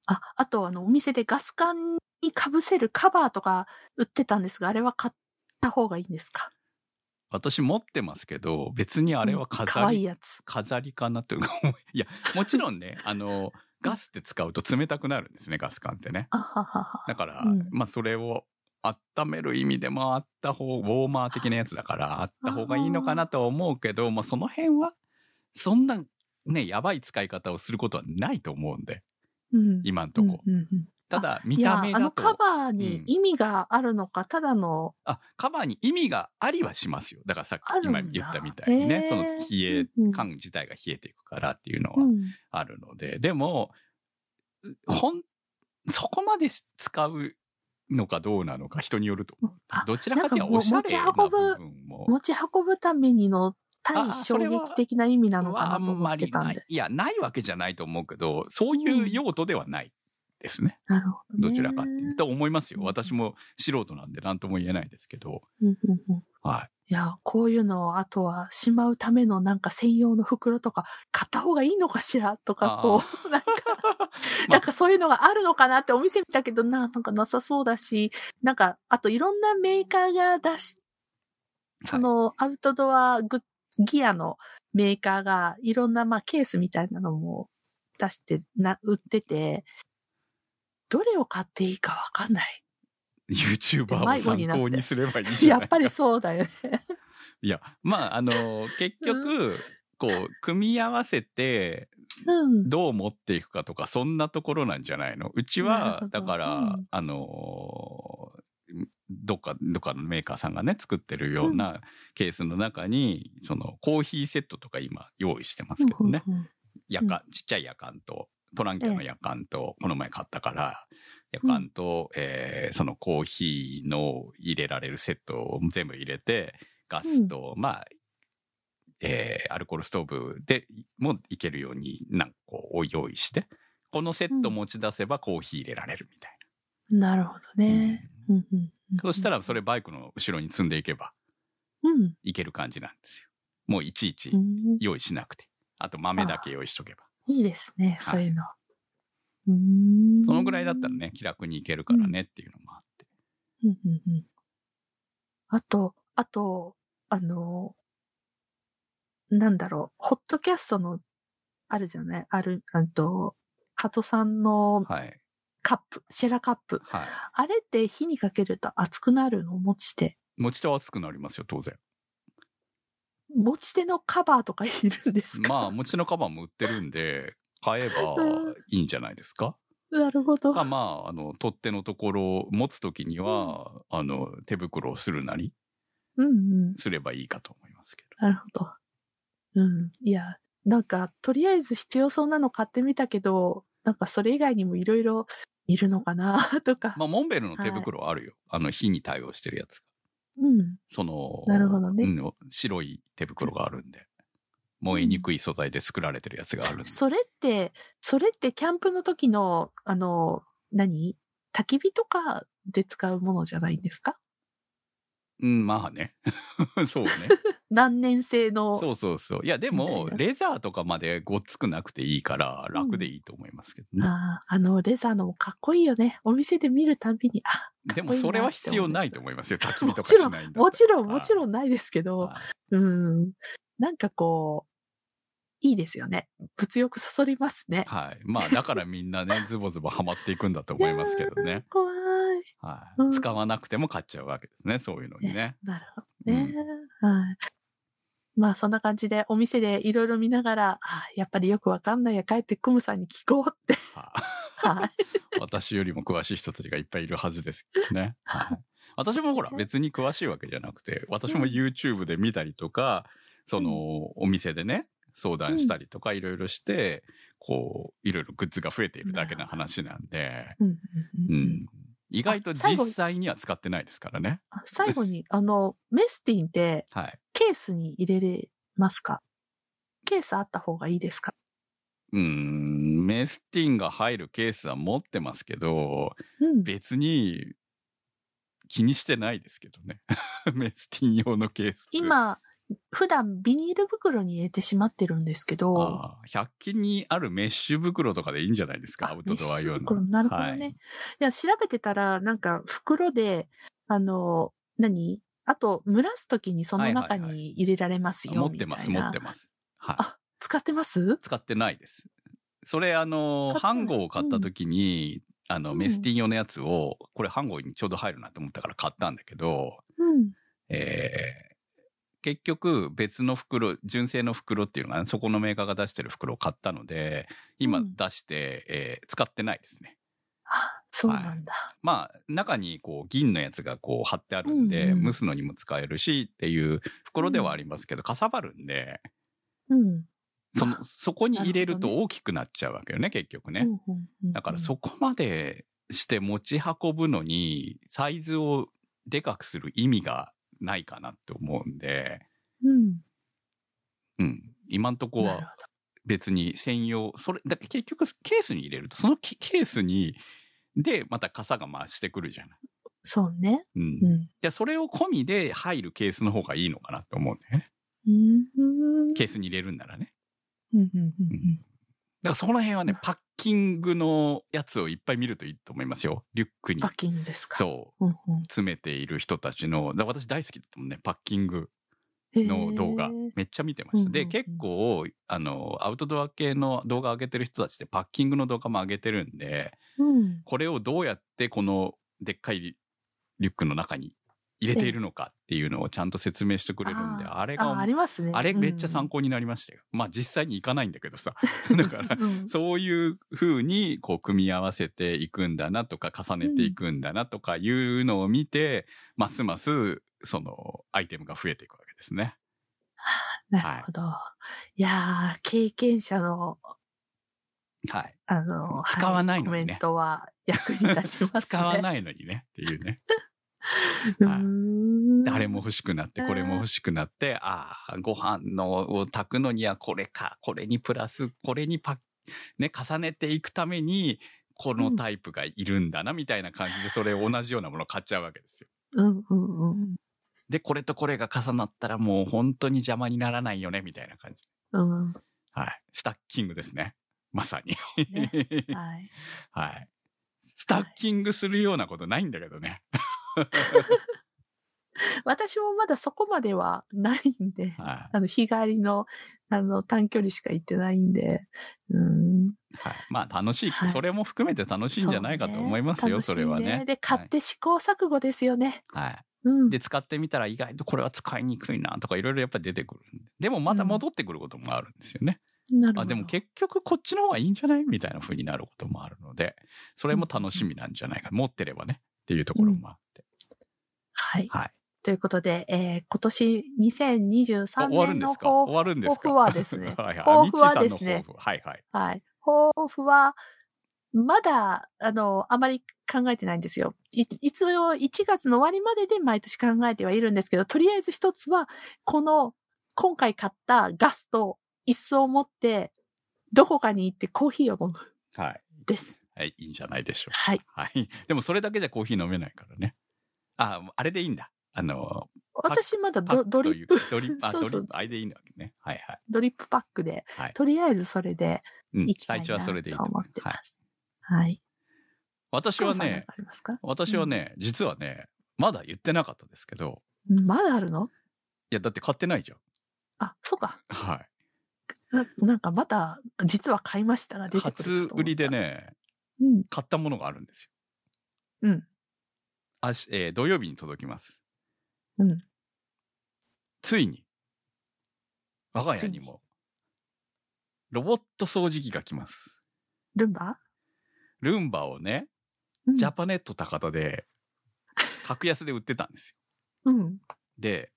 Speaker 1: あ、あと、あの、お店でガス管にかぶせるカバーとか売ってたんですが、あれは買った方がいいんですか
Speaker 2: 私持ってますけど別にあれは
Speaker 1: か
Speaker 2: 飾
Speaker 1: わいい
Speaker 2: り、
Speaker 1: やつ。
Speaker 2: 飾りかなというか いやもちろんねあのガスって使うと冷たくなるんですねガス管ってね
Speaker 1: あははは。
Speaker 2: だから、
Speaker 1: うん
Speaker 2: まあそれを温める意味でもあった方ウォーマー的なやつだからあった方がいいのかなとは思うけどまあその辺はそんなねやばい使い方をすることはないと思うんで
Speaker 1: うん。
Speaker 2: 今んとこ、
Speaker 1: うんうんうん
Speaker 2: ただ見
Speaker 1: いや
Speaker 2: た目
Speaker 1: あ
Speaker 2: だ
Speaker 1: の
Speaker 2: と
Speaker 1: カバー
Speaker 2: う
Speaker 1: に
Speaker 2: ん
Speaker 1: 意味があるのか、ただの、
Speaker 2: あカバーに意味がありはしますよだからさっき
Speaker 1: あるんだ
Speaker 2: 今言ったみたいにね、
Speaker 1: へー
Speaker 2: その冷え
Speaker 1: うんうん
Speaker 2: 感自体が冷えていくからっていうのは
Speaker 1: うん、
Speaker 2: あるので、でもほんそこまでし使うのかどうなのか人によると思う
Speaker 1: あ
Speaker 2: どちらかというとおしゃれな部分も
Speaker 1: 持ち運ぶためにの対
Speaker 2: あ
Speaker 1: 衝
Speaker 2: それは
Speaker 1: 撃的な意味なのか
Speaker 2: はあ
Speaker 1: なと
Speaker 2: ん
Speaker 1: 思
Speaker 2: ま
Speaker 1: って
Speaker 2: り
Speaker 1: た
Speaker 2: なんい
Speaker 1: で。。
Speaker 2: いや、ないわけじゃないと思うけど、そういう用途ではないですね。
Speaker 1: なるほど、
Speaker 2: ど
Speaker 1: ね。
Speaker 2: ちらかっていうと思いますよ。
Speaker 1: うん
Speaker 2: 私も素人なんで何とも言えないですけど。
Speaker 1: うんうんうん
Speaker 2: はい
Speaker 1: や、こういうのを、あとは、しまうためのなんか専用の袋とか、買った方がいいのかしらとか
Speaker 2: あ、ー
Speaker 1: こう、 なんか、
Speaker 2: ま
Speaker 1: なんかそういうのがあるのかなってお店見たけどな、なんかなさそうだし、なんか、あといろんなメーカーが出し、
Speaker 2: い。
Speaker 1: その、アウトドアグッギアのメーカーが、いろんな、まあ、ケースみたいなのも出して、な、売ってて、どれを買っていいかわかん ない。
Speaker 2: YouTuber を
Speaker 1: 迷子
Speaker 2: 参
Speaker 1: になって
Speaker 2: 考にすればいいじ
Speaker 1: や
Speaker 2: ゃな
Speaker 1: っ
Speaker 2: い
Speaker 1: ぱりそうだよね。
Speaker 2: いや、まあ、あの、結局、個組み合わせて
Speaker 1: うん。
Speaker 2: どう持っていくかとかそんなところなんじゃないのうち
Speaker 1: なるほ
Speaker 2: は
Speaker 1: ど
Speaker 2: だから、
Speaker 1: うん
Speaker 2: あのーどっかどっかのメーカーさんがね作ってるようなケースの中に、そのコーヒーセットとか今用意してますけどね、
Speaker 1: うんうんうん
Speaker 2: やかんちっちゃいやかんとトランキャのやかんと、この前買ったからやかんと、えーそのコーヒーの入れられるセットを全部入れてガスと、まあえーアルコールストーブでもいけるようになんかこう用意してこのセット持ち出せばコーヒー入れられるみたい
Speaker 1: なるほど
Speaker 2: な、
Speaker 1: ね。
Speaker 2: うん
Speaker 1: うんうんうん
Speaker 2: そしたらそれバイクの後ろに積んでいけば
Speaker 1: うん。
Speaker 2: いける感じなんですよもういちいち
Speaker 1: うん
Speaker 2: 用意しなくてあと豆だけ用意しとけば
Speaker 1: いいですね、
Speaker 2: はい
Speaker 1: そういうの。うーん
Speaker 2: そのぐらいだったら。ね、気楽に行けるからねっていうのもあって。
Speaker 1: うんうんうん。あと、あと、あの、なんだろう、ホットキャストの、あるじゃないある、あと、ハトさんの
Speaker 2: はい。
Speaker 1: カップ、シェラカップ。
Speaker 2: はい。
Speaker 1: あれって火にかけると熱くなるの持ち手。
Speaker 2: 持ち手は熱くなりますよ、当然。
Speaker 1: 持ち手のカバーとかいるんですか
Speaker 2: まあ、持ち手のカバーも売ってるんで、買えばいいんじゃないですか。
Speaker 1: なるほど。
Speaker 2: か、まあ、あの、取っ手のところ、持つときには、あの、手袋をするなり、
Speaker 1: うんうん。
Speaker 2: すればいいかと思いますけ
Speaker 1: なるほど。うん。いや、なんか、とりあえず必要そうなの買ってみたけど、なんかそれ以外にもいろいろいるのかなとか。
Speaker 2: ど。まあ、モンベルの手袋はあるよ。あの、火に対応してるやつが。
Speaker 1: うん。
Speaker 2: その、
Speaker 1: なるほどね
Speaker 2: うん白い手袋があるんで。燃えにくい素材で作られてるやつがあるんで。
Speaker 1: それって、それってキャンプの時の、あの、何焚き火とかで使うものじゃないんですか
Speaker 2: うん、まあね。 そうね。
Speaker 1: 何年生の。
Speaker 2: そうそうそう。いや、でも
Speaker 1: みた、いな
Speaker 2: レザーとかまでごっつくなくていいから、楽でいいと思いますけどね。
Speaker 1: あーあの、レザーのもかっこいいよね。お店で見るたんびに、あ、
Speaker 2: でも、それは必要ないと思いますよ。焚き火と
Speaker 1: も
Speaker 2: かし
Speaker 1: ちろん
Speaker 2: ないんだった ら
Speaker 1: もちろん、
Speaker 2: はい
Speaker 1: もちろんないですけど、
Speaker 2: はい
Speaker 1: うん。なんかこう、いいですよね。物欲そそりますね。
Speaker 2: はい。まあ、だからみんなね、ズボズボハマっていくんだと思いますけど
Speaker 1: いやー
Speaker 2: ね。。
Speaker 1: 怖い。
Speaker 2: は
Speaker 1: うん
Speaker 2: い。使わなくても買っちゃうわけですね。そういうのにね。
Speaker 1: なるほどね。はい。まあそんな感じでお店でいろいろ見ながら、あやっぱりよくわかんないや、帰ってクムさんに聞こうって。
Speaker 2: は
Speaker 1: はい。
Speaker 2: い私よりも詳しい人たちがいっぱいいるはずですけど ね。はい。私もほら、別に詳しいわけじゃなくて、私も YouTube で見たりとか、その、お店でね、相談したりとかいろいろして、こう、いろいろグッズが増えているだけの話なんで、
Speaker 1: うん
Speaker 2: う
Speaker 1: うんうん
Speaker 2: ん。意外と実際には使ってないですからね。
Speaker 1: あ最後に、あの、メスティンって
Speaker 2: はい。
Speaker 1: ケースに入れれますかケースあった方がいいですか
Speaker 2: うん、メスティンが入るケースは持ってますけど、
Speaker 1: うん。
Speaker 2: 別に気にしてないですけどね。 メスティン用のケース。
Speaker 1: 今、普段ビニール袋に入れてしまってるんですけど、
Speaker 2: ああ、100均にあるメッシュ袋とかでいいんじゃないですか、アウトドア
Speaker 1: メッ
Speaker 2: 用
Speaker 1: シュ袋
Speaker 2: の。
Speaker 1: なるほどね。、
Speaker 2: はい
Speaker 1: や、調べてたら、なんか袋で、あの、何あと、蒸らすときにその中
Speaker 2: はいはいは
Speaker 1: に入れられますよ、
Speaker 2: 持ってます、
Speaker 1: みた
Speaker 2: 持
Speaker 1: いな
Speaker 2: ってます。はい。
Speaker 1: あ使ってます
Speaker 2: 使ってないです。それ、あの、
Speaker 1: 買って
Speaker 2: ハ
Speaker 1: ない
Speaker 2: ンゴを買った時に、あの、
Speaker 1: うん
Speaker 2: メスティン用のやつを、これハンゴにちょうど入るなと思ったから買ったんだけど、
Speaker 1: うん。
Speaker 2: えー結局別の袋、純正の袋っていうのが、そこのメーカーが出してる袋を買ったので、今
Speaker 1: うん
Speaker 2: 出して、えー使ってないですね。
Speaker 1: あそうなんだ。
Speaker 2: まあ、中にこう銀のやつがこう貼ってあるん
Speaker 1: う
Speaker 2: で、
Speaker 1: んうん
Speaker 2: 蒸すのにも使えるしっていう袋ではありますけど、かさばるんで、
Speaker 1: うん。
Speaker 2: その、そこに入れる
Speaker 1: なるほど
Speaker 2: と大きくなっちゃうわけよね、結局ね。
Speaker 1: うんうんうん
Speaker 2: だからそこまでして持ち運ぶのに、サイズをでかくする意味がないかなって思うんで、
Speaker 1: うん。
Speaker 2: うん。今んとこ
Speaker 1: なる
Speaker 2: は別に専用、それ、だって結局ケースに入れると、そのケケースに、で、また傘が回してくるじゃない。
Speaker 1: そうね。
Speaker 2: うん
Speaker 1: う。ん。
Speaker 2: じゃあそれを込みで入るケースの方がいいのかなと思うんだよね。
Speaker 1: うん。
Speaker 2: ケースに入れるんならね。
Speaker 1: うんうんうんうん
Speaker 2: だからその辺はね、パッキングのやつをいっぱい見るといいと思いますよ。リュックに
Speaker 1: パ。ッキングですか。
Speaker 2: そう。
Speaker 1: うんうん
Speaker 2: 詰めている人たちの、だから私大好きだったもんね、パッキング
Speaker 1: へー
Speaker 2: の動画、めっちゃ見てました。
Speaker 1: う
Speaker 2: で、
Speaker 1: んうんうん
Speaker 2: 結構、あの、アウトドア系の動画上げてる人たちってパッキングの動画も上げてるんで、
Speaker 1: うん。
Speaker 2: これをどうやってこのでっかいリュックの中に入れているのかっていうのをちゃんと説明してくれるんで、
Speaker 1: ええ
Speaker 2: あれ
Speaker 1: あ、あ
Speaker 2: が、
Speaker 1: りますね。
Speaker 2: あれめっちゃ参
Speaker 1: 考
Speaker 2: 考になり ましたよ。まあ実際に行かないんだけどさ。 だから、
Speaker 1: うん
Speaker 2: そういう風にこう組み合わせていくんだなとか重ねていくんだなとかいうのを見て、ますますそのアイテムが増えていくわけですね。
Speaker 1: なるほど。い、やー、経験者の、
Speaker 2: はい。
Speaker 1: あの、は
Speaker 2: 使わないのにね
Speaker 1: コメントは役に立ちますね。
Speaker 2: 使 わ
Speaker 1: い。
Speaker 2: ないのにねっていう ね。
Speaker 1: うー
Speaker 2: はい
Speaker 1: ん。
Speaker 2: であれも欲しくなって、これも欲しくなって、ああ、ご飯のを炊くのにはこれか、これにプラス、これにパッね、重ねていくために、このタイプがいるんだな、みたいな感じで、それ同じようなものを買っちゃうわけですよ。
Speaker 1: うんうんうん。
Speaker 2: で、これとこれが重なったらもう本当に邪魔にならないよね、みたいな感じ。
Speaker 1: うん。は
Speaker 2: はい。スタッキングですね。まさに。
Speaker 1: ねい。
Speaker 2: はい。スタッキングするようなことないんだけどね。
Speaker 1: 私もまだそこまではないんで、
Speaker 2: はい。
Speaker 1: あの、日帰りの、あの、短距離しか行ってないんで、うん。
Speaker 2: はい、まあ楽しい,、
Speaker 1: はい
Speaker 2: それも含めて楽しいんじゃないかと思いますよ、そ,、
Speaker 1: うね
Speaker 2: れは
Speaker 1: 楽しい
Speaker 2: ね。
Speaker 1: で、買って試行錯誤ですよね。
Speaker 2: はい。はい
Speaker 1: うん。
Speaker 2: で、使ってみたら意外とこれは使いにくいなとかいろいろやっぱり出てくるんで。でもまた戻ってくることもあるんですよね。
Speaker 1: なるほど。
Speaker 2: あ、でも結局こっちの方がいいんじゃないみたいな風になることもあるので、それも楽しみなんじゃないか。持ってればね。っていうところもあって。
Speaker 1: はい。
Speaker 2: はい
Speaker 1: ということで、えー今年
Speaker 2: あ
Speaker 1: 2023
Speaker 2: 終わる
Speaker 1: 年
Speaker 2: んで
Speaker 1: の
Speaker 2: すか
Speaker 1: 抱負
Speaker 2: 終わるんですか
Speaker 1: 抱負はですね
Speaker 2: はいはい。
Speaker 1: 抱負は
Speaker 2: あミッチーさんの
Speaker 1: ですね
Speaker 2: 抱負はいはい。
Speaker 1: はい。抱負は、まだ、あの、あまり考えてないんですよ。い一応、1月の終わりまでで毎年考えてはいるんですけど、とりあえず一つは、この、今回買ったガスと椅子を持って、どこかに行ってコーヒーを飲む。
Speaker 2: はい。
Speaker 1: です。
Speaker 2: はい、いいんじゃないでしょうか
Speaker 1: はい。
Speaker 2: はい。でもそれだけじゃコーヒー飲めないからね。あ、あれでいいんだ。あの、
Speaker 1: 私まだ
Speaker 2: パ
Speaker 1: ド
Speaker 2: ッ
Speaker 1: ド
Speaker 2: と
Speaker 1: リッ
Speaker 2: いう
Speaker 1: プ、
Speaker 2: ドリップ、あ、
Speaker 1: そうそう
Speaker 2: ドリップ、あれでいいんだね。はいはい。
Speaker 1: ドリップパックで、
Speaker 2: はい
Speaker 1: とりあえずそれで
Speaker 2: うん
Speaker 1: 行きたいな
Speaker 2: 最初
Speaker 1: と
Speaker 2: はそれでいいと
Speaker 1: 思
Speaker 2: 思
Speaker 1: っ
Speaker 2: う
Speaker 1: て
Speaker 2: は
Speaker 1: ま
Speaker 2: い。
Speaker 1: す。はい。
Speaker 2: 私
Speaker 1: 黒
Speaker 2: は
Speaker 1: さんなん
Speaker 2: ね
Speaker 1: か、ありますか
Speaker 2: 私はね、実はね、まだ言ってなかったですけど、
Speaker 1: まだあるの
Speaker 2: いや、だって買ってないじゃん。
Speaker 1: あ、そうか。
Speaker 2: は
Speaker 1: ななんかまた、実は買いましたが
Speaker 2: い。
Speaker 1: 出てくるかと思
Speaker 2: 初
Speaker 1: った
Speaker 2: 売りで。ね、
Speaker 1: うん。
Speaker 2: 買ったものがあるんですよ。
Speaker 1: うん。
Speaker 2: あし、えー土曜日に届きます。
Speaker 1: うん。
Speaker 2: ついに、我が家にも、ロボット掃除機が来ます。
Speaker 1: ルンバ、
Speaker 2: ルンバをね、
Speaker 1: うん、
Speaker 2: ジャパネット高田で、格安で売ってたんですよ。
Speaker 1: うん。
Speaker 2: で、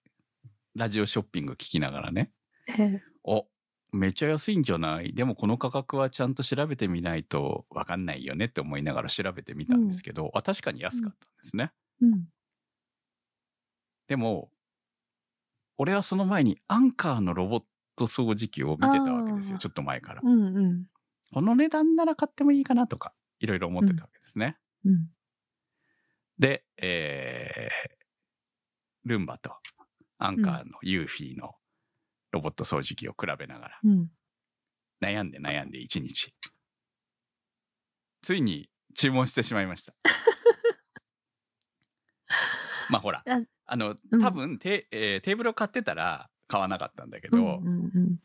Speaker 2: ラジオショッピング聞きながらね、
Speaker 1: ええ
Speaker 2: お、めちゃ安いんじゃないでもこの価格はちゃんと調べてみないとわかんないよねって思いながら調べてみたんですけど、あ確かに安かったんですね。
Speaker 1: うん。
Speaker 2: でも、俺はその前にアンカーのロボット掃除機を見てたわけです
Speaker 1: あー
Speaker 2: よ、ちょっと前から。
Speaker 1: うん。うん。
Speaker 2: この値段なら買ってもいいかなとか、いろいろ思ってたわけですね。
Speaker 1: うん。
Speaker 2: で、えー、ルンバとアンカーのユーフィーのロボット掃除機を比べなが
Speaker 1: うん。
Speaker 2: ら、悩んで悩んで一日。ついに注文してしまい ました。まあほら
Speaker 1: あ、
Speaker 2: あの
Speaker 1: う、ん
Speaker 2: 多分テ,、えーテーブルを買ってたら買わなかったんだけど、
Speaker 1: うんうんうん。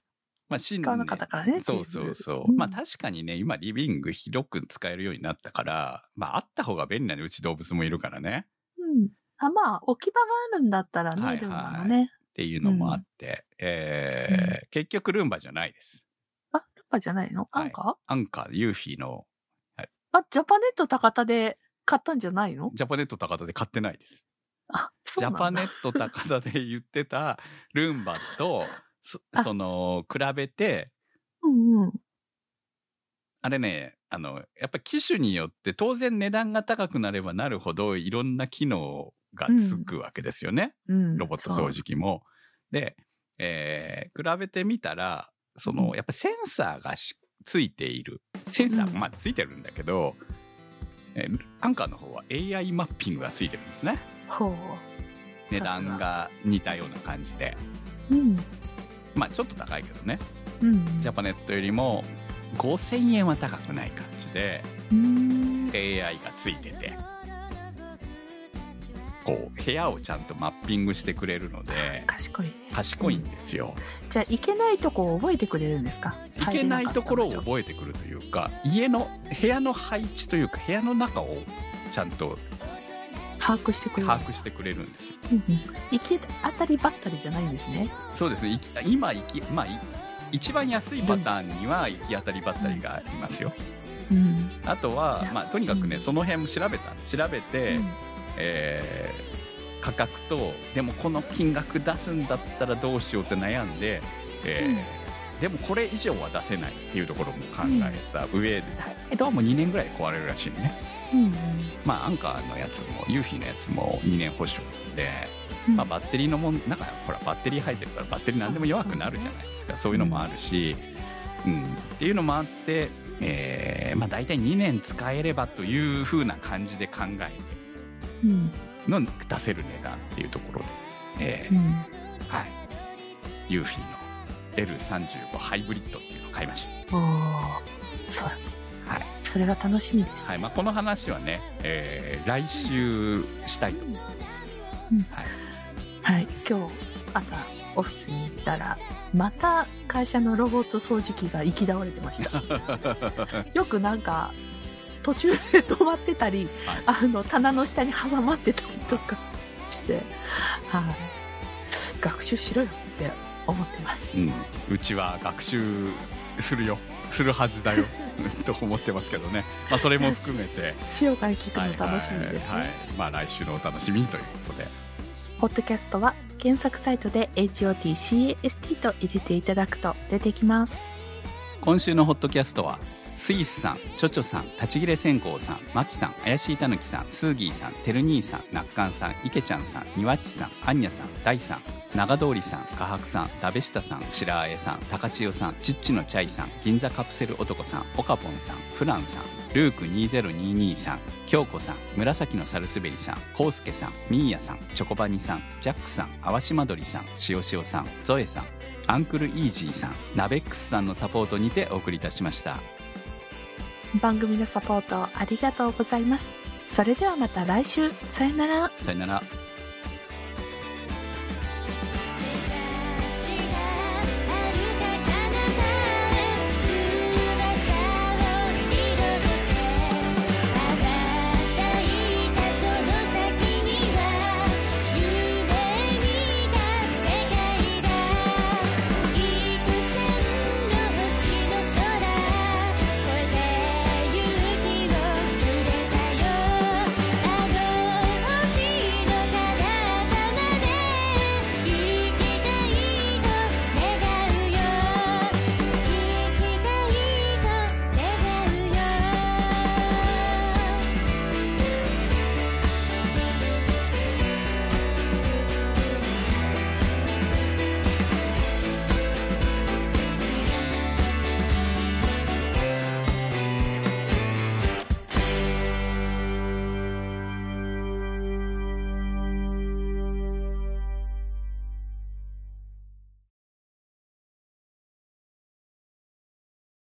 Speaker 2: まあ新年
Speaker 1: 買わなかったからね
Speaker 2: そうそうそう。
Speaker 1: うん
Speaker 2: まあ確かにね、今リビング広く使えるようになったから、まああった方が便利なんで、うち動物もいるからね。
Speaker 1: うん。あ、まあ、置き場があるんだったらね、
Speaker 2: はいはい
Speaker 1: ルンバのね。ルン
Speaker 2: っていうのもあって、えー結局ルンバじゃないです。
Speaker 1: バじゃないのア
Speaker 2: はい
Speaker 1: ンカー、
Speaker 2: アンカー、ユーフィーの
Speaker 1: あ、ジャパネット高田で買ったんじゃないの
Speaker 2: ジャパネット高田で買ってないです。
Speaker 1: あ、そ
Speaker 2: ジ
Speaker 1: うな
Speaker 2: ャ
Speaker 1: んだ。
Speaker 2: パネット高田で言ってた ルンバと、そ
Speaker 1: あ
Speaker 2: その、比べて、
Speaker 1: うんうん。
Speaker 2: あれね、あの、やっぱ機種によって当然値段が高くなればなるほどいろんな機能がつくわけですよね。
Speaker 1: うん。
Speaker 2: ロボット掃
Speaker 1: そう。
Speaker 2: 除機も。で、えー比べてみたら、その、やっぱセンサーがしついている。センサー、
Speaker 1: うん
Speaker 2: まあついてるんだけど、えーアンカーの方は AI マッピングがついてるんですね。
Speaker 1: ほ
Speaker 2: 値段が似たような感じで。
Speaker 1: う。うん。
Speaker 2: まあちょっと高いけどね。
Speaker 1: うん。
Speaker 2: ジャパネットよりも5000円は高くない感じで、
Speaker 1: うん。
Speaker 2: AI がついてて、こう、部屋をちゃんとマッピングしてくれるので、
Speaker 1: 賢いね。
Speaker 2: 賢いんですよ。
Speaker 1: じゃあ、行けないとこを覚えてくれるんですか
Speaker 2: いけないところを
Speaker 1: 入れなかった場所
Speaker 2: 覚えてくるというか家の部屋の配置というか部屋の中をちゃんと
Speaker 1: 把握してくれる
Speaker 2: 把握してくれるんですよ。
Speaker 1: うんうん行き当たりばったりじゃないんですね
Speaker 2: そうですね。い今行きまあい一番安いパターンには行き当たりばったりがありますよ。
Speaker 1: うん、
Speaker 2: あとはい
Speaker 1: や
Speaker 2: まあとにかくね
Speaker 1: うん
Speaker 2: その辺も調べた調べて、
Speaker 1: うん
Speaker 2: えー価格とでもこの金額出すんだったらどうしようって悩んで、えーでもこれ以上は出せないっていうところも考えた上で、えどうも2年ぐらいで壊れるらしいね。
Speaker 1: うん
Speaker 2: まあ、アンカーのやつも、ユーフィのやつも2年保証で、
Speaker 1: うん
Speaker 2: まあ、バッテリーのもん、なんかほら、バッテリー入ってるから、バッテリーなんでも弱くなるじゃないですか、そういうのもあるし、うん、っていうのもあって、えーまあ、大体2年使えればというふうな感じで考え
Speaker 1: うん
Speaker 2: の出せる値段っていうところで、え
Speaker 1: う
Speaker 2: ー
Speaker 1: ん
Speaker 2: はい、ユーフィの L35 ハイブリッドっていうのを買いました。
Speaker 1: おーそう
Speaker 2: はい
Speaker 1: それが楽しみです、
Speaker 2: はいまあ、この話はね、えー来週したいと思います
Speaker 1: はい、今日朝オフィスに行ったらまた会社のロボット掃除機が行き倒れてましたよくなんか途中で止まってたり、あの棚の下に挟まってたりとかして、はい、学習しろよって思って ます
Speaker 2: うん、うちは学習するよするはずだよ と思ってますけどね、まあ、それも含めて
Speaker 1: 塩から聞く
Speaker 2: はい
Speaker 1: の楽しみですね、
Speaker 2: はいはいまあ、来週のお楽しみということで
Speaker 1: ポッドキャストは検索サイトで HOTCAST と入れていただくと出てきます
Speaker 2: 今週のホットキャストはスイスさんチョチョさん立ち切れ線香さんマキさん怪しいたぬきさんスーギーさんてる兄さんなっかんさんいけちゃんさんにわっちさんあんにゃさんだいさん長通りさん画伯さんだべしたさん白あえさん高千代さんちっちのチャイさん銀座カプセル男さんおかぽんさんフランさんルーク2022さん京子さん紫のサルスベリさんコウスケさんミーヤさんチョコバニさんジャックさん淡島鳥さんしおしおさんゾエさんアンクルイージーさんナベックスさんのサポートにてお送りいたしました
Speaker 1: 番組のサポートありがとうございますそれではまた来週さよなら
Speaker 2: さよなら
Speaker 1: 「